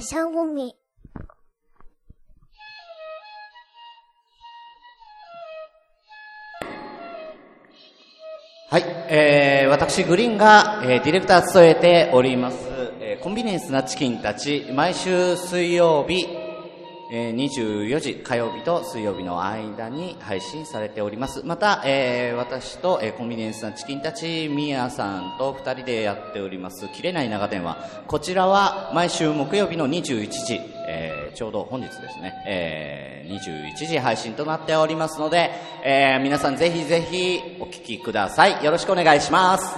樊红梅。はい、えー、私、グリーンが、えーディレクターを務めております、えーコンビニエンスなチキンたち、毎週水曜日、えー24時、火曜日と水曜日の間に配信されております。また、えー私と、えーコンビニエンスなチキンたち、みやさんと2人でやっております、切れない長電話。こちらは、毎週木曜日の21時、えーちょうど本日ですね、えー21時配信となっておりますので、えー皆さんぜひぜひお聞きください。よろしくお願いします。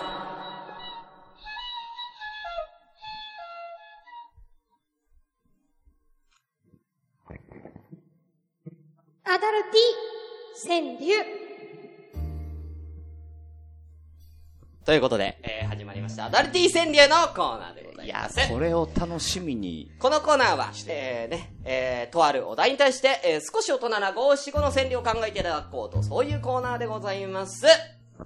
アダルティ、川柳。ということで、えー始まりました。アダルティ川柳のコーナーでございます。これを楽しみに。このコーナーは、えーね、えーとあるお題に対して、えー少し大人な五七五の戦略を考えていただこうと、そういうコーナーでございます。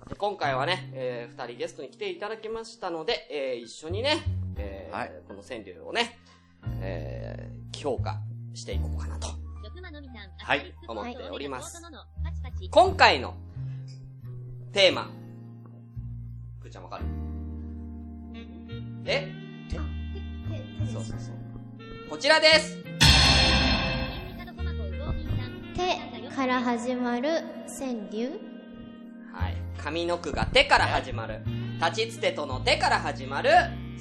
で今回はね、えー二人ゲストに来ていただきましたので、えー一緒にね、えーはいこの川柳をね、えー評価していこうかなと。はい、思っております。今回の、テーマ。くーちゃんわかるえそうそうそう。こちらです手から始まる川柳。はい。上の句が手から始まる。立ちつてとの手から始まる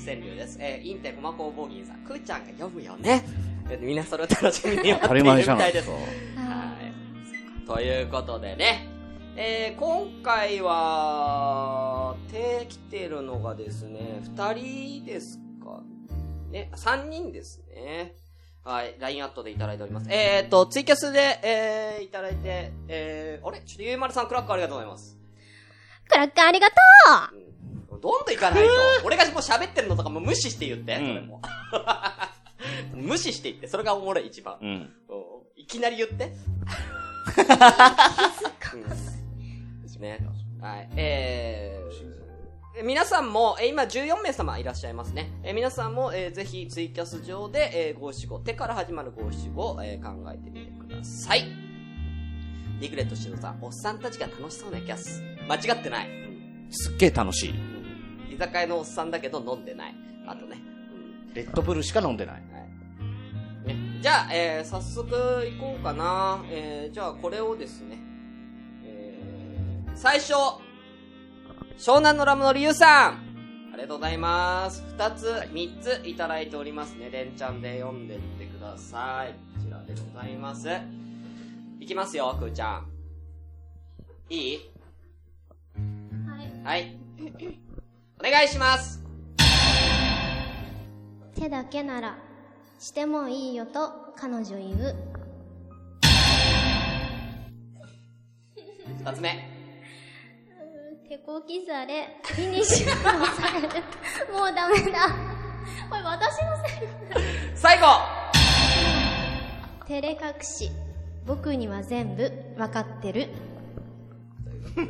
川柳です。えー、インテコマ工房銀さん、くーちゃんが読むよね。えーみんなそれを楽しみに待っているみたいです。はい。ということでね、えー、今回は、てきてるのがですね、二人ですかね、三人ですね。はい、LINE アットでいただいております。えーと、ツイキャスで、えー、いただいて、えー、あれちょっとゆうまるさんクラックありがとうございます。クラッカーありがとううんどんどん行かないと。俺がもう喋ってるのとかもう無視して言って、うんそれも。 無視して言って、それがおもろい一番。うん。おいきなり言って。うんね。はい。えーえ皆さんも、えー今14名様いらっしゃいますね。えー皆さんも、えーぜひツイキャス上で、えー、5、4、5、手から始まる5、4、5、えー考えてみてください。リグレットしのさん、おっさんたちが楽しそうなキャス。間違ってない。すっげえ楽しい。居酒屋のおっさんだけど飲んでない。あとね。レッドブルしか飲んでない。ねじゃあ、えー、早速行こうかな。えー、じゃあこれをですね。えー、最初。湘南のラムのりゆうさん。ありがとうございます。二つ、三ついただいておりますね。連チャンで読んでってください。こちらでございます。いきますよ、くーちゃん。いいはい。はい。 お願いします。手だけなら、してもいいよと彼女言う。二つ目。手こきされ、フィニッシュもさ れる。もうダメだ。これ私のせい最後照れ隠し。僕には全部わかってる。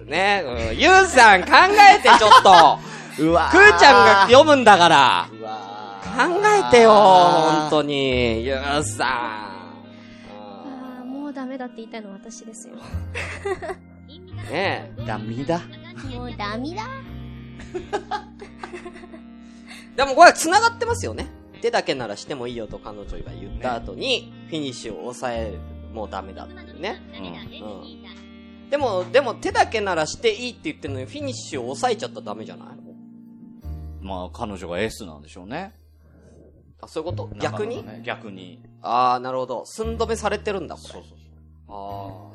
ねえ、うんゆうさん考えてちょっと。うわくーちゃんが読むんだから。うわ考えてよ、本当に。ゆうさん。ああ、もうダメだって言いたいの私ですよ。ねダミだ。もうダメだ。え。でもこれ繋がってますよね。手だけならしてもいいよと彼女が言った後に、フィニッシュを抑える。もうダメだっていうね。うん。でも、でも手だけならしていいって言ってるのに、フィニッシュを抑えちゃったらダメじゃないまあ、彼女がエースなんでしょうね。あ、そういうこと逆に、逆に。ああ、なるほど。寸止めされてるんだ、これ。うそ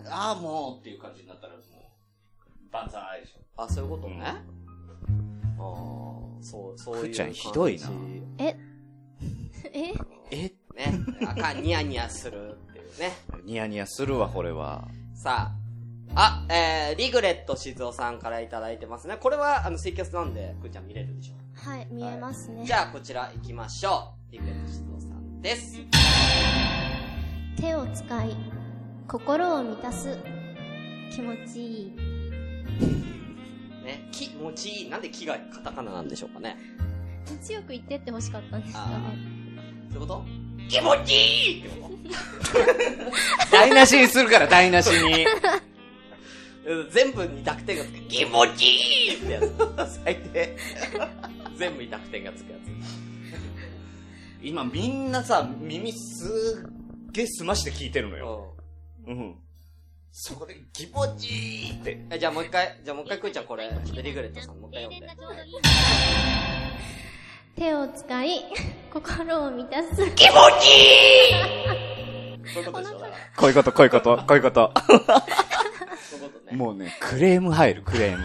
う。ああ。ああ、もうっていう感じになったら、もう、万歳でしょ。あ、そういうことね。ああ、そう、そういくう感ーじ。ちゃんひどいなえ ええね。あかん、ニヤニヤするっていうね。ニヤニヤするわ、これは。さあ、あ、えー、リグレット静雄さんからいただいてますね。これは、あの、ツイキャスなんで、くーちゃん見れるでしょ。はい、見えますねじ。ゃあ、こちら行きましょう。リグレット静雄さんです。手を使い、心を満たす。気持ちいい。ね、気持ちいい。なんで気がカタカナなんでしょうかね。強く言ってって欲しかったんですよあね。ーそういうこと気持ちいいってこ台無しにするから、台無しに。とうん全部に濁点がつく。気持ちいいってやつ。最低。全部に濁点がつくや 今みんなさ、耳すっげえすまして聞いてるのつ。よ。ううん。そこで気持ちいいって。んえ。じゃあもう一回、じゃあもう一回くーちゃんこれ、ちょっとリグレットさんもう一回読んで。手を使い、心を満たす。気持ちいいこういうことでしょ、だから。こういうこと、こういうこと、こういうこと。そういうことね。もうね、クレーム入る、クレーム。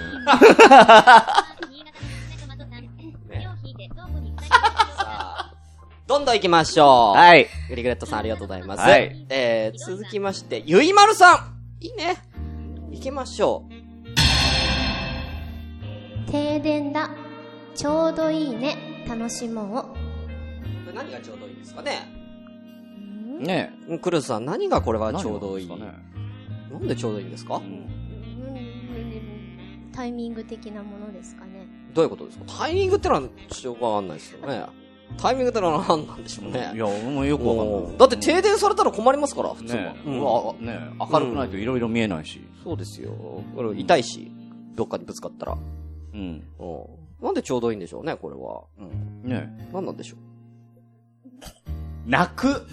さあ、 どんどん行きましょう。い。 はい。リグレットさんありがとうございます。はい。えー、続きまして、ゆいまるさんいいね。行きましょう。停電だ。ちょうどいいね。楽しもこれ何がちょうどいいですかねう。んねうんクルーズさん、何がこれえはちょうどいい何ななんん,、ですでちょうどいいんですか、かねうんタイミング的なものですかね。どういうことですかタイミングってのは、ちょっとわかんないですよね。タイミングってのは何なんでしょうね。いや、俺もよくわかんうなんい。だって停電されたら困りますから、普通は。ねえ、うんうわねえ明るくないといろいろ見えないし。そうですよ。これ痛いし、どっかにぶつかったら。うん。うん。なんでちょうどいいんでしょうね、これは。うん。ねえ何なんでしょう。泣く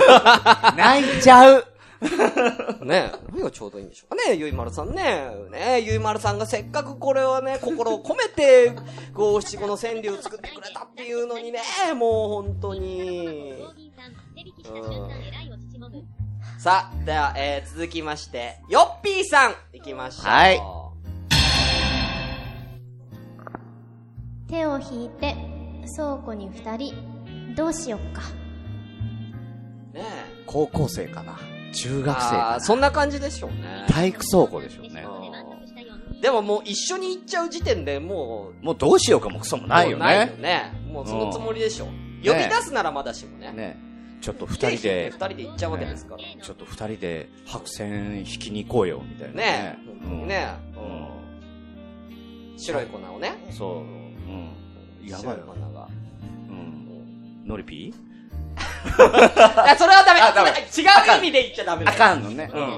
泣いちゃうねえ、何がちょうどいいんでしょうかね、ゆいまるさんね。ねえ、ゆいまるさんがせっかくこれをね、心を込めて、五七五の川柳を作ってくれたっていうのにね、もう本当に。さあ、では、えー、続きまして、よっぴーさん、いきましょう。はい手を引いて、倉庫に二人。どうしよっか。ね高校生かな中え。学生あかーそんな感じでしょうねな。体育倉庫でしょうね。うんでももう一緒に行っちゃう時点でもう、もうどうしようかもクソもないよもうないねよ。ね。もうそのつもりでしょう。呼び出すならまだしもね。ねちょっと二人手引いてで二、人で行っちゃうわけですから。ちょっと二人で白線引きに行こうよ、みたいな。ねえ、う本当にん。ね、うん白い粉をね、そう。うん。やば白いいよ粉。が。うん。ノリピーあ、それはダメあダメ違う意味で言っちゃダメだあかんのね。ううんん。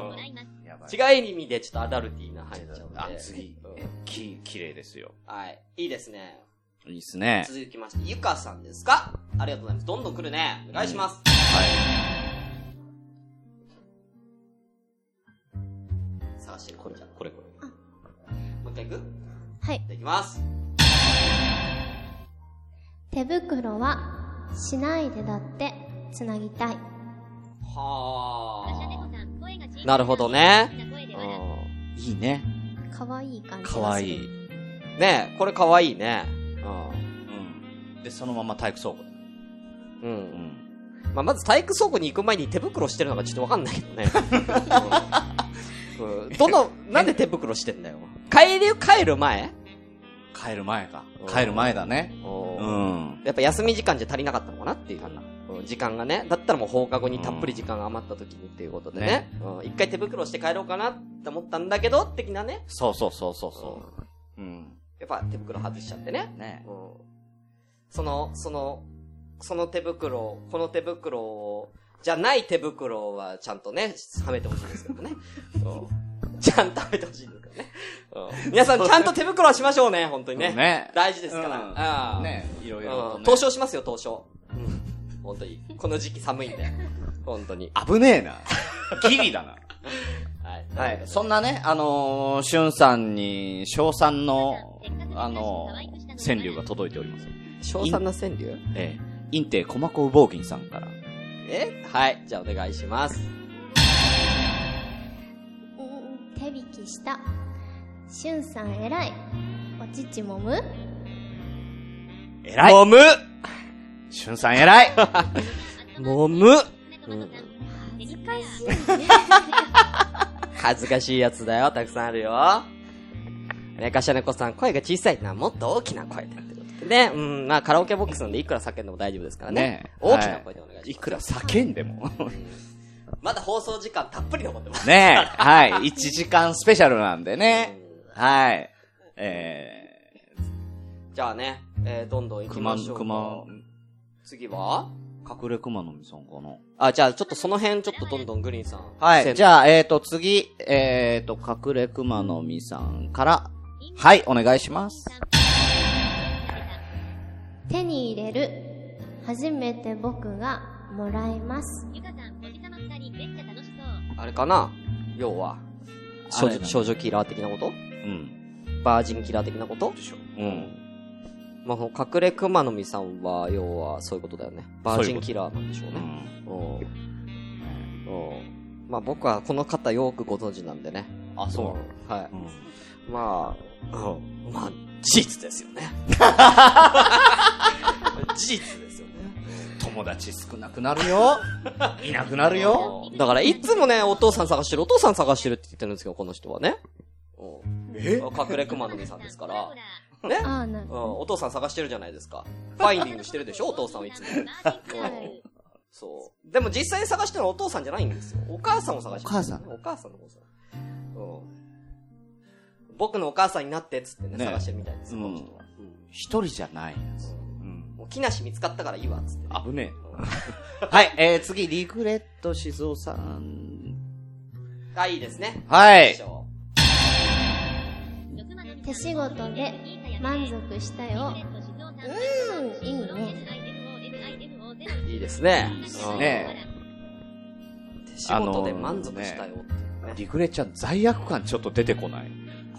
やばい。違う意味でちょっとアダルティーな入っちゃうんで。あ、次うん。き、綺麗ですよ。はい。いいですね。いいっすね。続きまして、ゆかさんですかありがとうございます。どんどん来るね。お願いします。探してる、これじゃんこれこれ。もう一回行くはい。できます。手袋は、しないでだって、つなぎたい。はあ。なるほどね。いいね。かわいい感じがする。かわいい。。ねえ、これかわいいね。うん。で、そのまま体育倉庫。うん。う。うんん。まあ、まず体育倉庫に行く前に手袋してるのがちょっとわかんないけど ね。うんどの、なんで手袋してんだよ。帰る、帰る前帰る前かうん。帰る前だね。ううんん。やっぱ休み時間じゃ足りなかったのかなっていう。うん時間がね。だったらもう放課後にたっぷり時間が余った時にっていうことでね。うん一回手袋して帰ろうかなって思ったんだけど、的なね。そうそうそうそううそう。うんん。やっぱ手袋外しちゃってね。ねうんその、その、その手袋を、この手袋を、じゃない手袋はちゃんとね、はめてほしいんですけどね。うんちゃんとはめてほしいんですけどね。うん皆さんちゃんと手袋はしましょうね、本当にね。ね大事ですかうんら。うんねいろいろとうねん。凍傷しますよ、凍傷。うん。本当に。この時期寒いんで。本当に。危ねえ な。ギリだな。はい。はい。そんなね、あのー、しゅんさんに、小賛の、あのー、川柳が届いております。小賛な川柳ええ。インテコマコウボウギンさんから。えはい。じゃあお願いします。うん手引きした。しゅんさん偉い。お乳もむ偉い。むしゅんさん偉い。もむうん恥ずかしいね。恥ずかしいやつだよ、たくさんあるよ。ね、ガシャネコさん、声が小さいな、もっと大きな声でってことでね、うん、まあカラオケボックスなんでいくら叫んでも大丈夫ですからね。ね大きな声でお願いします。 いくら叫んでも。まだ放送時間たっぷり残ってます。 ねえ、はい。1時間スペシャルなんでね。はい。えじゃあね、えー、どんどんー、行き熊ましの、ょう。熊、次は隠れ熊の実さんかな。あ、じゃあ、ちょっとその辺、ちょっとどんどんグリーンさん。はい。じゃゃあ、えっ、ー、と、次、えっ、ー、と、隠れ熊の実さんから、はい、お願いします。手に入れる。初めて僕がもらいます。ゆかさん、おじさま二人、めっちゃ楽しそう。あ、あれかな要は、少女、少女キラー的なことうん。バージンキラー的なことでしょ。うん。まあ、この隠れ熊の実さんは、要は、そういうことだよね。バージンキラーなんでしょううね。ん。うん。うん。まあ、僕はこの方よくご存知なんでね。あ、そ。。うん。はいううん。まあ、うん。まあ、事実ですよね。 事実ですよね。友達少なくなる よ。いなくなるよ。だから、いつもね、お父さん探してる、お父さん探してるって言ってるんですけど、この人はね。うんえ隠れ熊の実さんですから。あ あ、なるうん、お父さん探してるじゃないですか。ファインディングしてるでしょ、お父さんはいつも。はいそう。でも実際に探してるのはお父さんじゃないんですよ。お母さんを探してる。お母さんお母さんの方さ。うん。僕のお母さんになってっつってね、ね探してるみたいですよ、うんこの人は。一人じゃない。うんうん。もう木梨見つかったからいいわ、つって。危ねうんえ。 はい、えー、次、リグレット静雄さん。あ、いいですね。はい師。匠手仕事で満足したよ。うん、いいね。いいですね。いいすね手仕事で満足したよっていうね。リグレちゃん罪悪感ちょっと出てこない。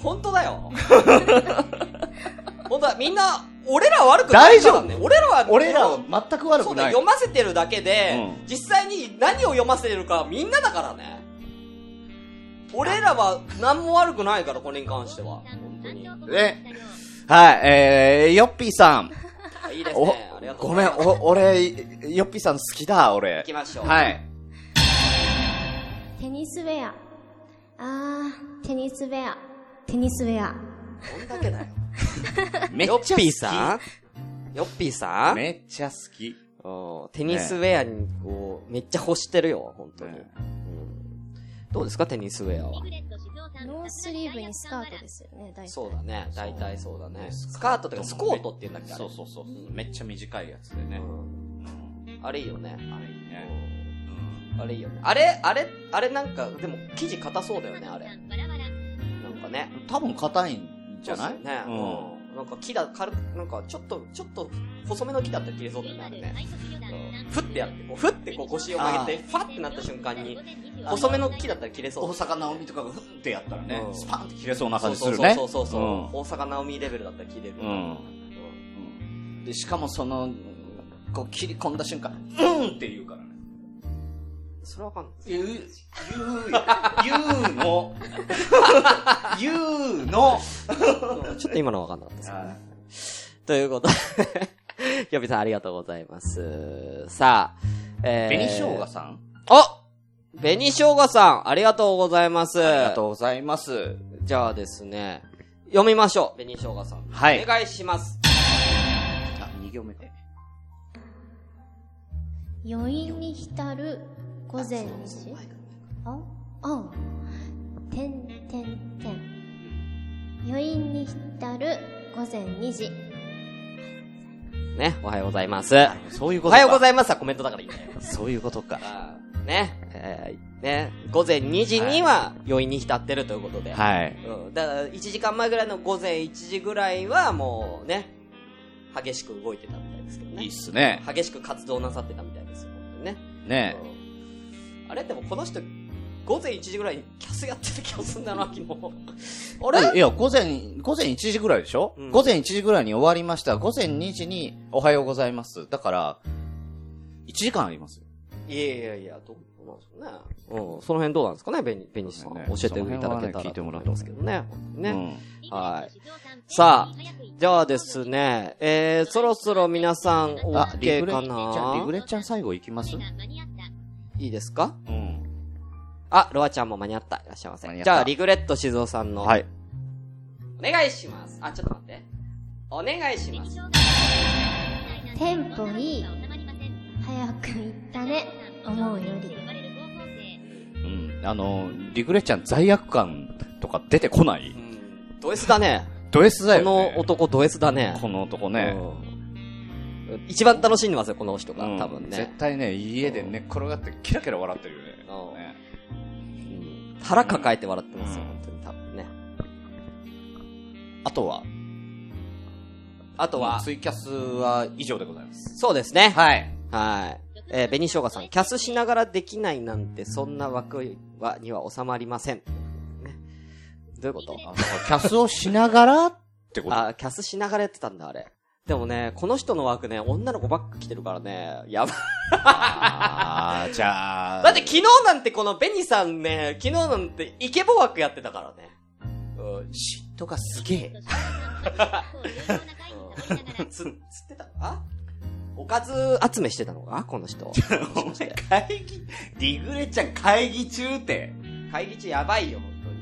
本当 だよ。本当だ、みんな、俺ら悪くないからね。俺らは、俺らは全く悪そうくだない。よ、読ませてるだけで、うん実際に何を読ませてるかみんなだからね。俺らは何も悪くないから、これに関しては。本当に。ね。はい、えー、ヨッピーさん。いいですおね。ありが、とうごごめざいんます。、お、俺、ヨッピーさん好きだ、俺行き。ましょう。はい。テニスウェア。あー、テニスウェア。テニスウェア。どんだけだよ。めっヨちゃ好き。ッピーさんヨッピーさんめっちゃ好き。うんテニスウェアに、こう、めっちゃ欲してるよ、本当に。ねうんどうですか、テニスウェアは。ノースリーブにスカートですよね、大体。そうだね。大体そうだね。そうスカートとかスコートって言うんだっけあれ。そうそうそう。めっちゃ短いやつでうね。んうんあれいいよあね。れいいね。うんあれいいよね。あれ、あれ、あれなんか、でも生地硬そうだよね、あれ。なんかね。多分硬いんじゃないそうっすよね。うん。うん。なんか木だ、軽く、なんかちょっと、ちょっと細めの木だったら切れそうだよね、あれね。うんふってやって、こう、ふってこう腰を曲げて、ファってなった瞬間に、細めの木だったら切れそう。大阪直美とかがふってやったらねう、んスパンって切れそうな感じするね。そうそうそうそう。大阪直美レベルだったら切れる。うん。うん。うんで、しかもその、こう切り込んだ瞬間、うんって言うからね。それわかんない。言う、言う、言うの。 言うの。うんちょっと今のわかんなかったですけどね。ということ で、ヨビさんありがとうございます。さあ、えー、紅生姜さんあ紅生姜さん、ありがとうございます。ありがとうございます。じゃあですね、読みましょう、紅生姜さん。はいお願いします。あ、2行目か。余韻に浸る午前時ああてんてんてん余韻に浸る午前2時ね、おはようございます。おそういうことはようごいざいますはコメントだからいいんだよ。ます。そういうことか。あーね、えー、ね、午前2時には余韻に浸ってるということで。はい。うん、だから1時間前ぐらいの午前1時ぐらいはもうね、激しく動いてたみたいですけどね。いいっすね。激しく活動なさってたみたいですよ、本当にね。ねうんあれでもこの人、午前1時ぐらいにキャスやってる気がするんだな、昨日。 あえいれや、午前、午前1時ぐらいでしょ、うん午前1時ぐらいに終わりました。午前2時におはようございます。だから、1時間ありますよ。いやいやいや、どうなんですかね。うん、その辺どうなんですかね、ベニ、ベニさそん。うね教えていただけたら、その辺はね聞いてもらったんですけどね。ね。うん。はい。さあ、じゃあですね、えー、そろそろ皆さん、あ、リグレ OK かちゃん、リグなレちゃん最後行きますいいですかうん。あ、ロアちゃんも間に合った。いらっしゃいませ間に合。っじたゃあ、リグレット静雄さんの、はい。お願いします。あ、ちょっと待って。お願いします。、テンポいい早く行ったね思うより うん。あの、リグレちゃん罪悪感とか出てこないうん、ド S だね。ド S だこよ、ね。の男ド S だね。この男ね。うん一番楽しんでますよ、この人が。うん多分ね絶。対ね、家で寝っ転がってキラキラ笑ってるよね。うんねうん腹抱えて笑ってますよ、うん本当に多分ね。あとは、あとは、ツイキャスは以上でございます。そうですね。はい。はい。えー、紅生姜さん、キャスしながらできないなんて、そんな枠は、には収まりません。ねどういうことあだからキャスをしながらってことあ、キャスしながらやってたんだ、あれ。でもね、この人の枠ね、女の子ばっか来てるからね、やばい。あー、じゃあ。だって昨日なんてこのベニさんね、昨日なんてイケボ枠やってたからね。うん、し嫉妬がすげえ。つ、つってたのかおかず集めしてたのかこの人。もしかして会議、ディグレちゃん会議中って。会議中やばいよ、本当に。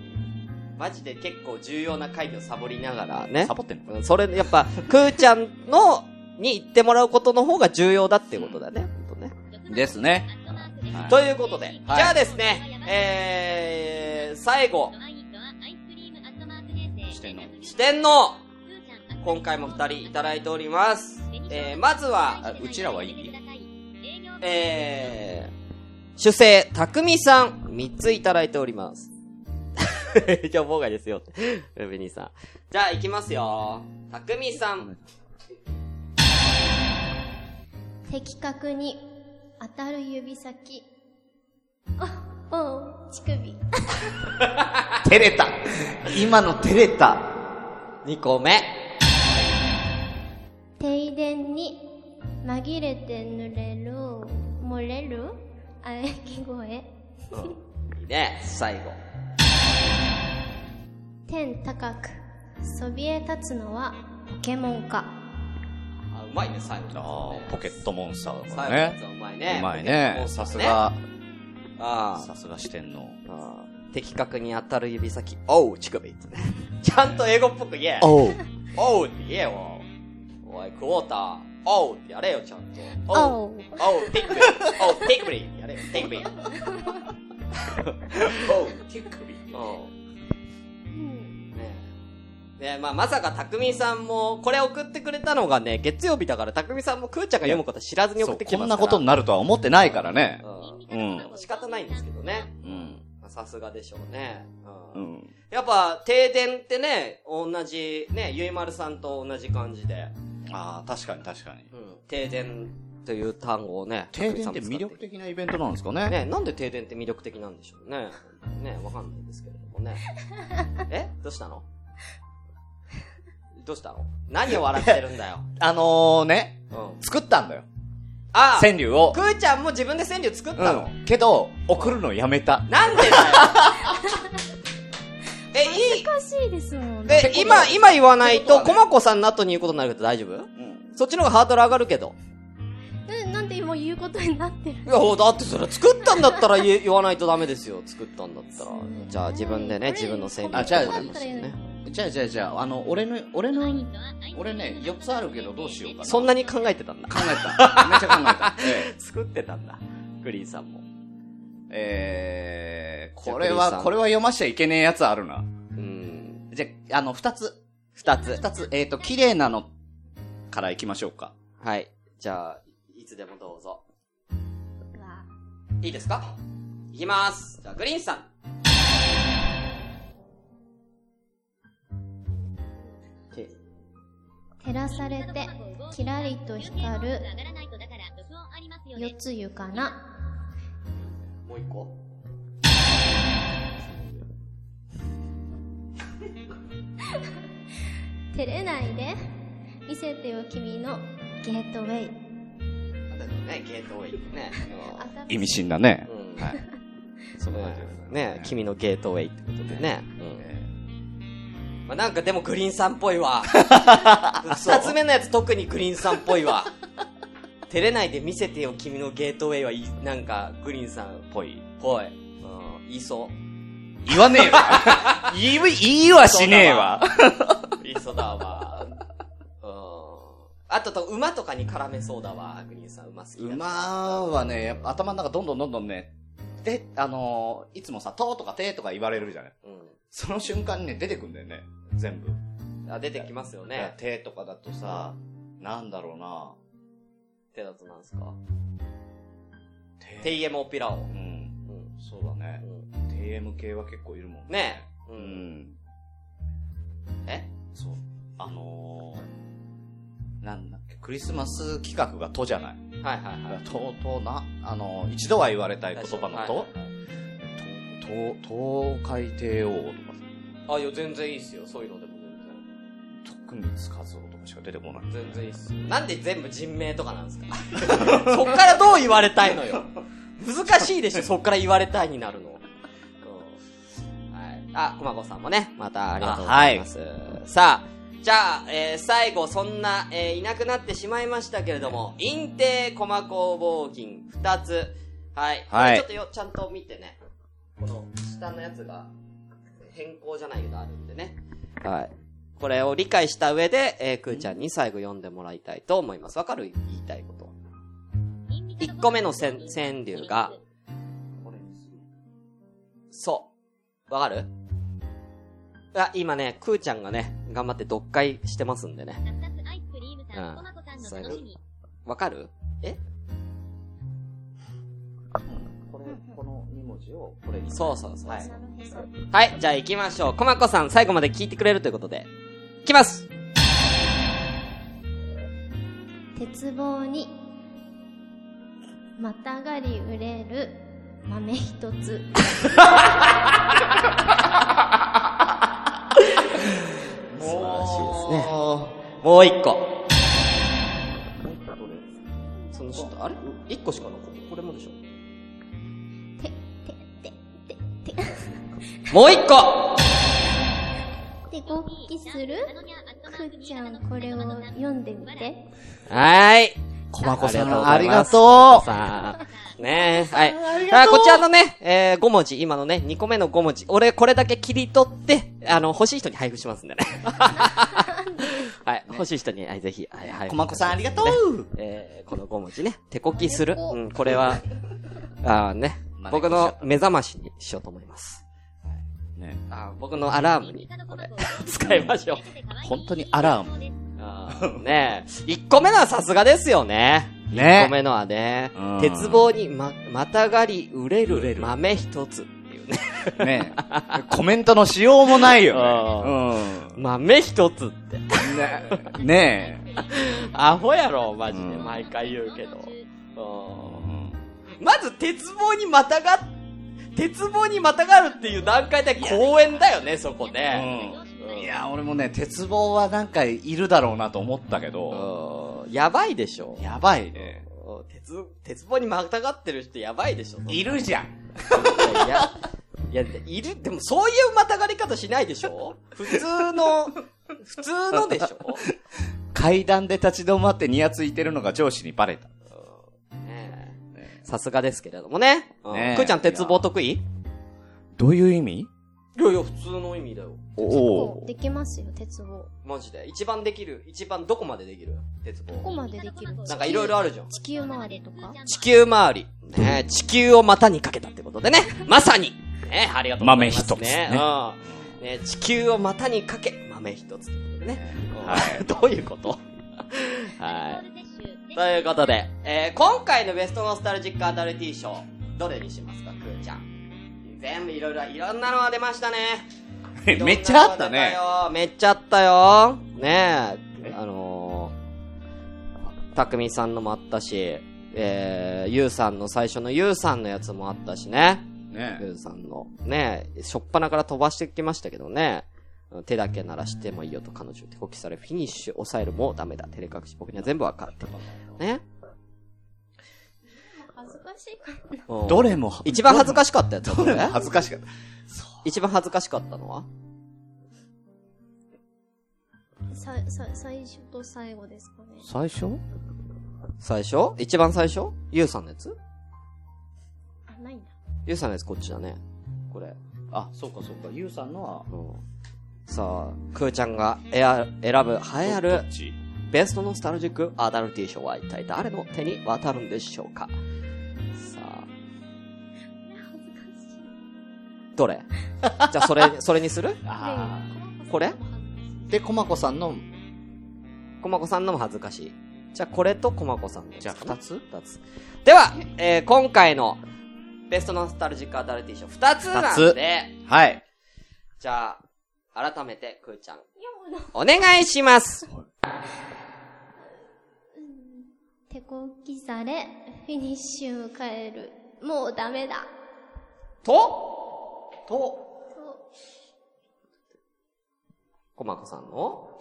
マジで結構重要な会議をサボりながらねサ。ボってんのうんそれ、やっぱ、くーちゃんの、に行ってもらうことの方が重要だっていうことだね。ほんとねですね。はいということで、じゃあですね、えー、最後、四天王、今回も二人いただいております。えー、まずは、うちらはいいえー、主生、たくみさん、3ついただいております。 じゃあ、妨害ですよ。ベニーさん。じゃあ、いきますよ。たくみさん。的確に当たる指先。あ、おう、乳首。照れた。今の照れた。 2個目。停電に紛れて濡れる、漏れる喘ぎ声。いいね、最後。天高くそびえ立つのはポケモンか。あ、うまいね、最後。あーポケットモンスターだから最後のやつね。はうまいね。うまいポケットねモ。ンスタさーす。が、あーさすが四天王。あー。的確に当たる指先。おう、乳首。 ちゃんと英語っぽく言え。おう。おうって言えよ。おい、クォーター。おうってやれよ、ちゃんと。おう。おう、ティックビおう、ティックビやれよ、ティックビおう、ティックビおう。うんねえねえまあ、まさか、たくみさんも、これ送ってくれたのがね、月曜日だから、たくみさんもくーちゃんが読むことは知らずにそ送っうてきてこまんすかなら。ことになるとは思ってないからね。こうん。うん。仕方ないんですけどね。うん。まあさすがでしょうね。ううんん。やっぱ、停電ってね、同じ、ね、ゆいまるさんと同じ感じで、ああ、確かに確かに。うん、停電という単語をね、停電ってたくみ魅さんも使力的なイベントなんですかねね、なんで停電って魅力的なんでしょうね。ね、わかんないですけれども ね。えどうしたのどうしたの何を笑ってるんだよ。あのー、ね、うん。作ったんだよ。あ川柳をく。ーちゃんも自分で川柳作ったの、うん。けど、送るのやめた。なんで だよえ、いい、おかしいですもんね。え、今、今言わないと、ってことコはねマコさんの後に言うことになるけど大丈夫うん。そっちの方がハードル上がるけど。ななんで今言うことになってるいや、だってそれ作ったんだったら言え言わないとダメですよ。作ったんだったら。じゃあ自分でね、これ自分の川柳あじゃあ作りましたよね。じゃあじゃあじゃあ、あの、俺の、俺の、俺ね、4つあるけどどうしようかな。そんなに考えてたんだ。考え た。めっちゃ考えた。ええ作ってたんだ。グリーンさんも。えー、じゃあこれクリスさは、んこれは読ましちゃいけねえやつあるな。うん。じゃあ、あの、2つ。二つ。 2つ。えっ、ー、と、綺麗なのからいきましょうか。はい。じゃあ、いつでもどうぞ。わいいですかいきます。じゃあ、グリーンさん。け照らされてキラリと光る四つ湯かな。もう一個。照れないで見せてよ君のゲートウェイ。あだよね、ゲートウェイってね。意味深だねう。ん。はい。そこだけうんね君のゲートウェイってことでね。うん。まあ、なんかでもグリーンさんっぽ いわ。二つ目のやつ特にグリーンさんっぽいわ。照れないで見せてよ君のゲートウェイはいい、なんかグリーンさんっぽい。ぽい。うん、言いそう。言わねえわ。 言い、言いはしねえわ。いいそうだわ。うん。あとと、馬とかに絡めそうだわ。グリーンさん、馬好きだ。馬はね、やっぱ頭の中どんどんどんどんね、で、あのーいつもさ、とうとかてとか言われるじゃない。うその瞬間にね、出てくんだよね。全部。ん。あ、出てきますよね。てとかだとさ、なんだろうな。手だとなんですかて ?TM オピラオ。うん。うん。そうだね。TM 系は結構いるもんねえ。う。うんん。えそう。あのー、なんだっけ、クリスマス企画がとじゃない。はいはいはい。とうとうな、あのー、一度は言われたい言葉のはと、いはいはいと、と、東海帝王とかあ、いや、全然いいっすよ。そういうのでもさ、徳光和夫とかしか出てこない。全然。全然いいっすよ。なんで全部人名とかなんです かそっからどう言われたいのよ。難しいでしょ、そっから言われたいになる の。うんはい。あ、駒子さんもね、またありがとうございます。さあ、じゃあ、えー最後、そんな、えーいなくなってしまいましたけれども、陰帝駒工房銀2つ。はい。はいちょっとよ、ちゃんと見てね。この下のやつが、変更じゃないけどあるんでね。はい。これを理解した上で、えー、くーちゃんに最後読んでもらいたいと思います。わかる言いたいこと。1個目の川川柳が、そう。わかるあ、今ね、くーちゃんがね、頑張って読解してますんでね。アイスクリームさうんん、とまこさんの楽しみ。わかるえこれ、この2文字を、これにそうそうそう。ははいい。はい、じゃあ行きましょう。こまこさん、最後まで聞いてくれるということで。行きます鉄棒にまたがり売れる豆一つ素晴らしいですね。もう一個。そのちょっと、あれ一個しか残って、これもでしょててててもう一個てごっきするくーちゃんこれを読んでみてはい。小箱さん、あありりががととううねえ、はい。あこちらのね、えー、5文字、今のね、2個目の5文字。俺、これだけ切り取って、あの、欲しい人に配布し ますんでね。はい、欲しい人に、はい、ぜひ、はい、はい。小箱さん、ありがとねうえー、この5文字ね、手こきする。うん、これは、あーね、真似僕しちゃのった目覚ましにしようと思います。ねあー僕のアラームに、これ、使いましょう。本当にアラーム。 あーねえ、1個目のはさすがですよね。1個ね目のはねうん、鉄棒にま、またがり売れ売れるる豆一つっていうね。 ねコメントのしようもないよね。豆一つって。うん。ねねアホやろ、マジで。うん毎回言うけど。うんうんまず、鉄棒にまたが、鉄棒にまたがるっていう段階で公園だよね、そこね。いや、俺もね、鉄棒はなんかいるだろうなと思ったけど、うんやばいでしょ。やばいね。うん鉄、鉄棒にまたがってる人やばいでしょ。いるじゃん。いや、いや、いる、でもそういうまたがり方しないでしょ普通の、普通のでしょ階段で立ち止まってニヤついてるのが上司にバレた。ねえさすがですけれどもね。うんねえくーちゃん、鉄棒得意いどういう意味やいや、普通の意味だよ。おできますよ鉄棒マジで。一番できる、一番どこまでできる鉄ここ棒。までできるなんかいろいろあるじゃん。地球回りとか地球回り。ねえ地球を股にかけたってことでね。まさに。ねえありがとうござい豆ます、ね。一つねうんねえ地球を股にかけ、豆一つってことでね。は どういうことはい。ということで、えー、今回のベストノスタルジックアダルティー賞、どれにしますか、くーちゃん。全部いろいろ、いろんなのが出ましたね。い。めっちゃあったいねろ。んなのが出たよ。めっちゃあったよ。ねえ、あのー、たくみさんのもあったし、えー、ゆうさんの最初のゆうさんのやつもあったしね。ねゆうさんの、ねえ、しょっぱなから飛ばしてきましたけどね。手だけ鳴らしてもいいよと彼女手こきされ、フィニッシュ抑えるもダメだ。照れ隠し、僕には全部わかってる。ね。恥ずかしいかどれも、一番恥ずかしかったやつはどどれれも恥ずかしかった。一番恥ずかしかったのはなささ最初と最後ですかね最初最初一番最初ゆうさんのやつあないんだゆうさんのやつこっちだね。これ。あ、そうかそうか。ゆうさんのは、うんさあ、くーちゃんがエア選ぶ栄えあどるっちベストノスタルジックアダルティー賞は一体誰の手に渡るんでしょうかさ恥ずあ、かしいどれじゃあそれ、 それにするあねこれーで、こまこさんの、こまこさんのも恥ずかしい。じゃあこれとコマコさんのやつじゃあかな二つ二つ。では、えー今回のベストノスタルジックアダルティ賞二つな二んつで、はい。じゃあ、改めて、くーちゃん、お願いします。手こきされ、フィニッシュ迎える。もうダメだ。と、と、とコマコさんの、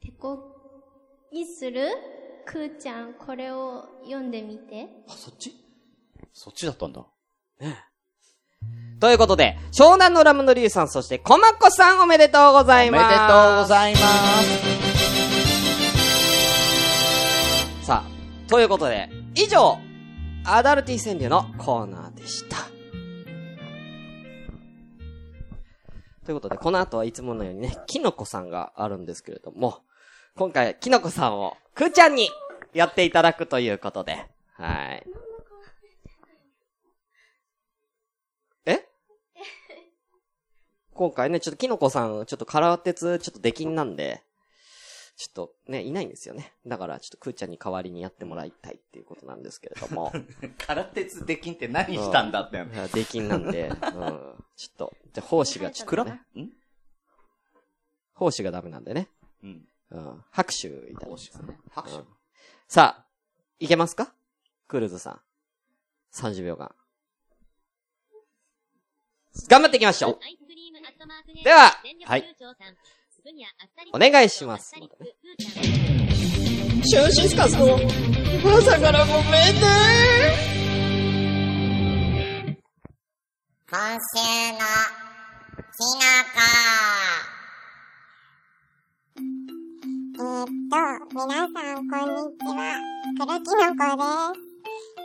手こきするくーちゃん、これを読んでみて。あ、そっちそっちだったんだ。ということで、湘南のラムのリュウさん、そして、コマコさん、おめでとうござおいめでます。とうございます。さあ、ということで、以上、アダルティ川柳のコーナーでした。ということで、この後はいつものようにね、キノコさんがあるんですけれども、今回、キノコさんを、くーちゃんにやっていただくということで、はい。え今回ね、ちょっとキノコさん、ちょっとカラー鉄、ちょっと出禁なんで、ちょっとね、いないんですよね。だから、ちょっとくーちゃんに代わりにやってもらいたいっていうことなんですけれ ども。空鉄できんって何したんだって。いや、出禁なんで、うん。ちょっと、じゃあ、奉仕がちょっとね。ん奉仕がダメなんでね。うん。うん。拍手いただきま奉仕すがね拍手うんさあ、いけますかクルーズさん。30秒間。頑張っていきましょうアイスクリームアットマークでは、はいお願いしますシュンシスカスの、朝からごめんね今週のきのこ。えーっと、皆さんこんにちは。黒きのこです。今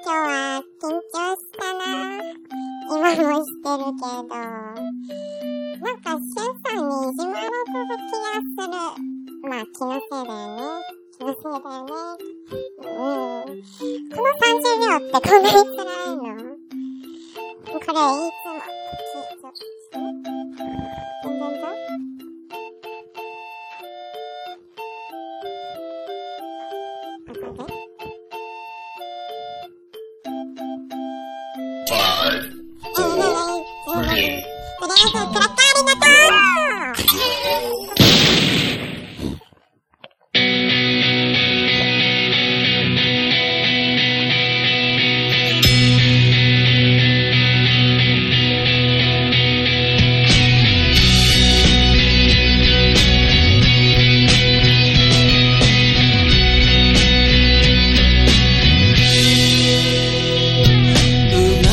日は緊張したな。今もしてるけど。なんか、シュンさんにいじまれてる気がする。まあ、気のせいだよね。気のせいだよね。うん。この30秒ってこんなに辛いのこれいつも。ちょちょんどんどんあこれえー、えー、えー、とりあえず、クラッカーありがとう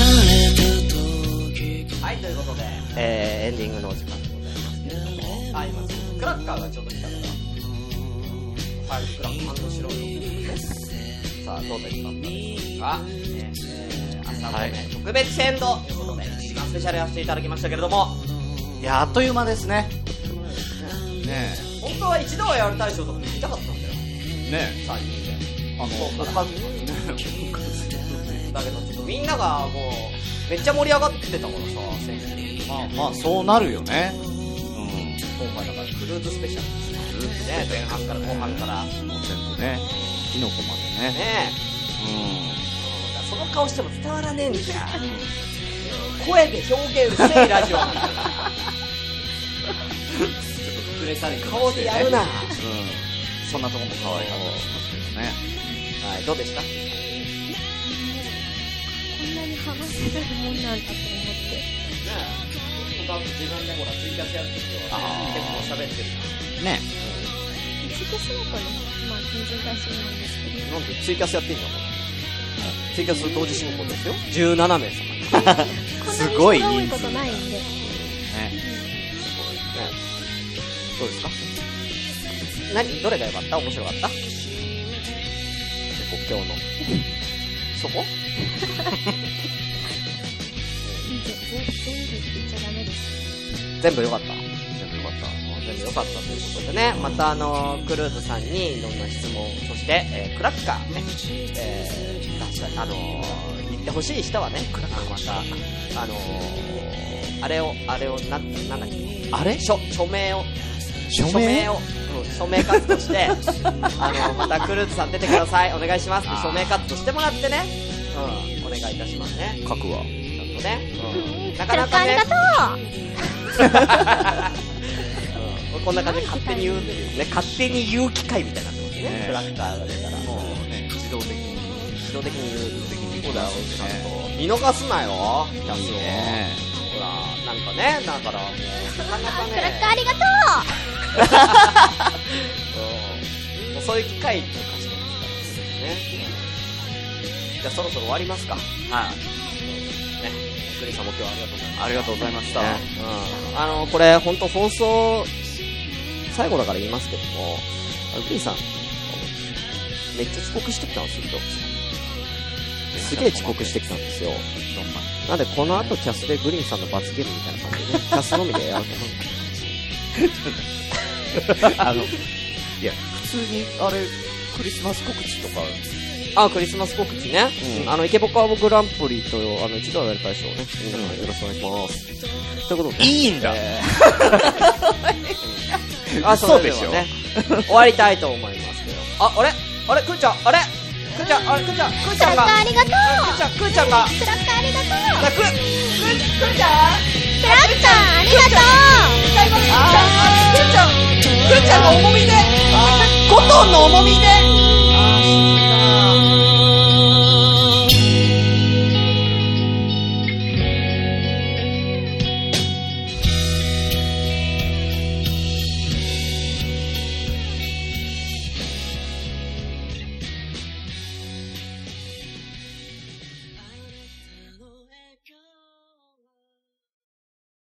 はい、ということで、えー、エンディングのお時間でございますけれども、あ、今、クラッカーがちょっと来たから、はい、クラッカーの後ろのです。さあ、どうでしたかね、えー、朝のね、特別編ということで、1時間スペシャルやらせていただきましたけれども、いや、あっという間ですね。ね本当は一度はやりたい賞とか聞きたかったんだよ、え。ね3人で。え。あの、そう他ねだけど、ちょっとみんながもう、めっちゃ盛り上がってたからさ、先週。まあまあ、そうなるよね。うん。今回だから、クルーズスペシャルですね。ね、前半から後半から。ねもう全部ね、キノコまでね。え。その顔しても伝わらねえんだ。声で表現せえラジオ なんだよ。うん。くれたり顔でやるな。うんは。そんなとこも可愛かったりしますけどね。い、どうでしたこんなに話せるもんなんだと思って。自分でほら、ツイキャスやってる人は結構喋ってるね自己仕事の、まあ、全然大丈夫なんですけど、なんでツイキャスやってんじゃん、ツイキャス同時進行ですよ。17名様。すごいこんな人に人が多いこ数とないんで、 ね。どうですか何どれが良かった面白かった国境の。そこ全全部言っちゃダメです。全部良かった。全部よかった。全部良かったということでね、またあのクルーズさんにいろんな質問、そして、えークラッカーね、えー出したり、あのー言ってほしい人はね、クラッカーまた、あのーあれを、あれを、なん、なんだっけ、あれ署、署名を、署名署名を、うん、署名活動して、あの、またクルーズさん出てください、お願いしますって署名活動してもらってね、うん、お願いいたしますね。書くわ。ちゃんとね。うん、なかかなるかからね あ、りがとううん、こんな感じで勝手に言うんだけどね、勝手に言う機会みたいになってますね、ねクラッカーが出たら。もうね、自動的に。自動的に言う的に言うだよ、そうちだよゃんと。見逃すなよ、キャスを。ねほら、なんかね、だからもう、なかなかクラ ねッカー、ありがとうんもうそういう機会とかしてもらったらいいですよね。じゃあそろそろ終わりますか。はい。ね、クリさんも今日はありがとうございまありがとうございましした。た。うん、あの、これ、本当放送、最後だから言いますけども、あのクリさん、めっちゃ遅刻してきたんですよ、今日すげえ遅刻してきたんですよ。どんまいなんで、この後キャスでグリーンさんの罰ゲームみたいな感じでね、キャスのみでやろうと思う。あの、いや、普通に、あれ、クリスマス告知とか、あ、クリスマス告知ね。うんあの、イケボカーボグランプリと、あの、一度はやる大賞をね、皆さんよろしく お願いします。ということで、いいんだあ、そうそででししょょ。ね、終わりたいと思いますけど。あ、あれあれくーちゃんあれくーちゃんあれくーちゃんくうークちラゃッカんがーありがとくーちゃん、くーちゃんが、うクラッカーありがとうあ、くー、くー、くーちゃんクラッカーありがとうあー、くーちゃん、くーちゃんの重みで、あー、コトンの重みで、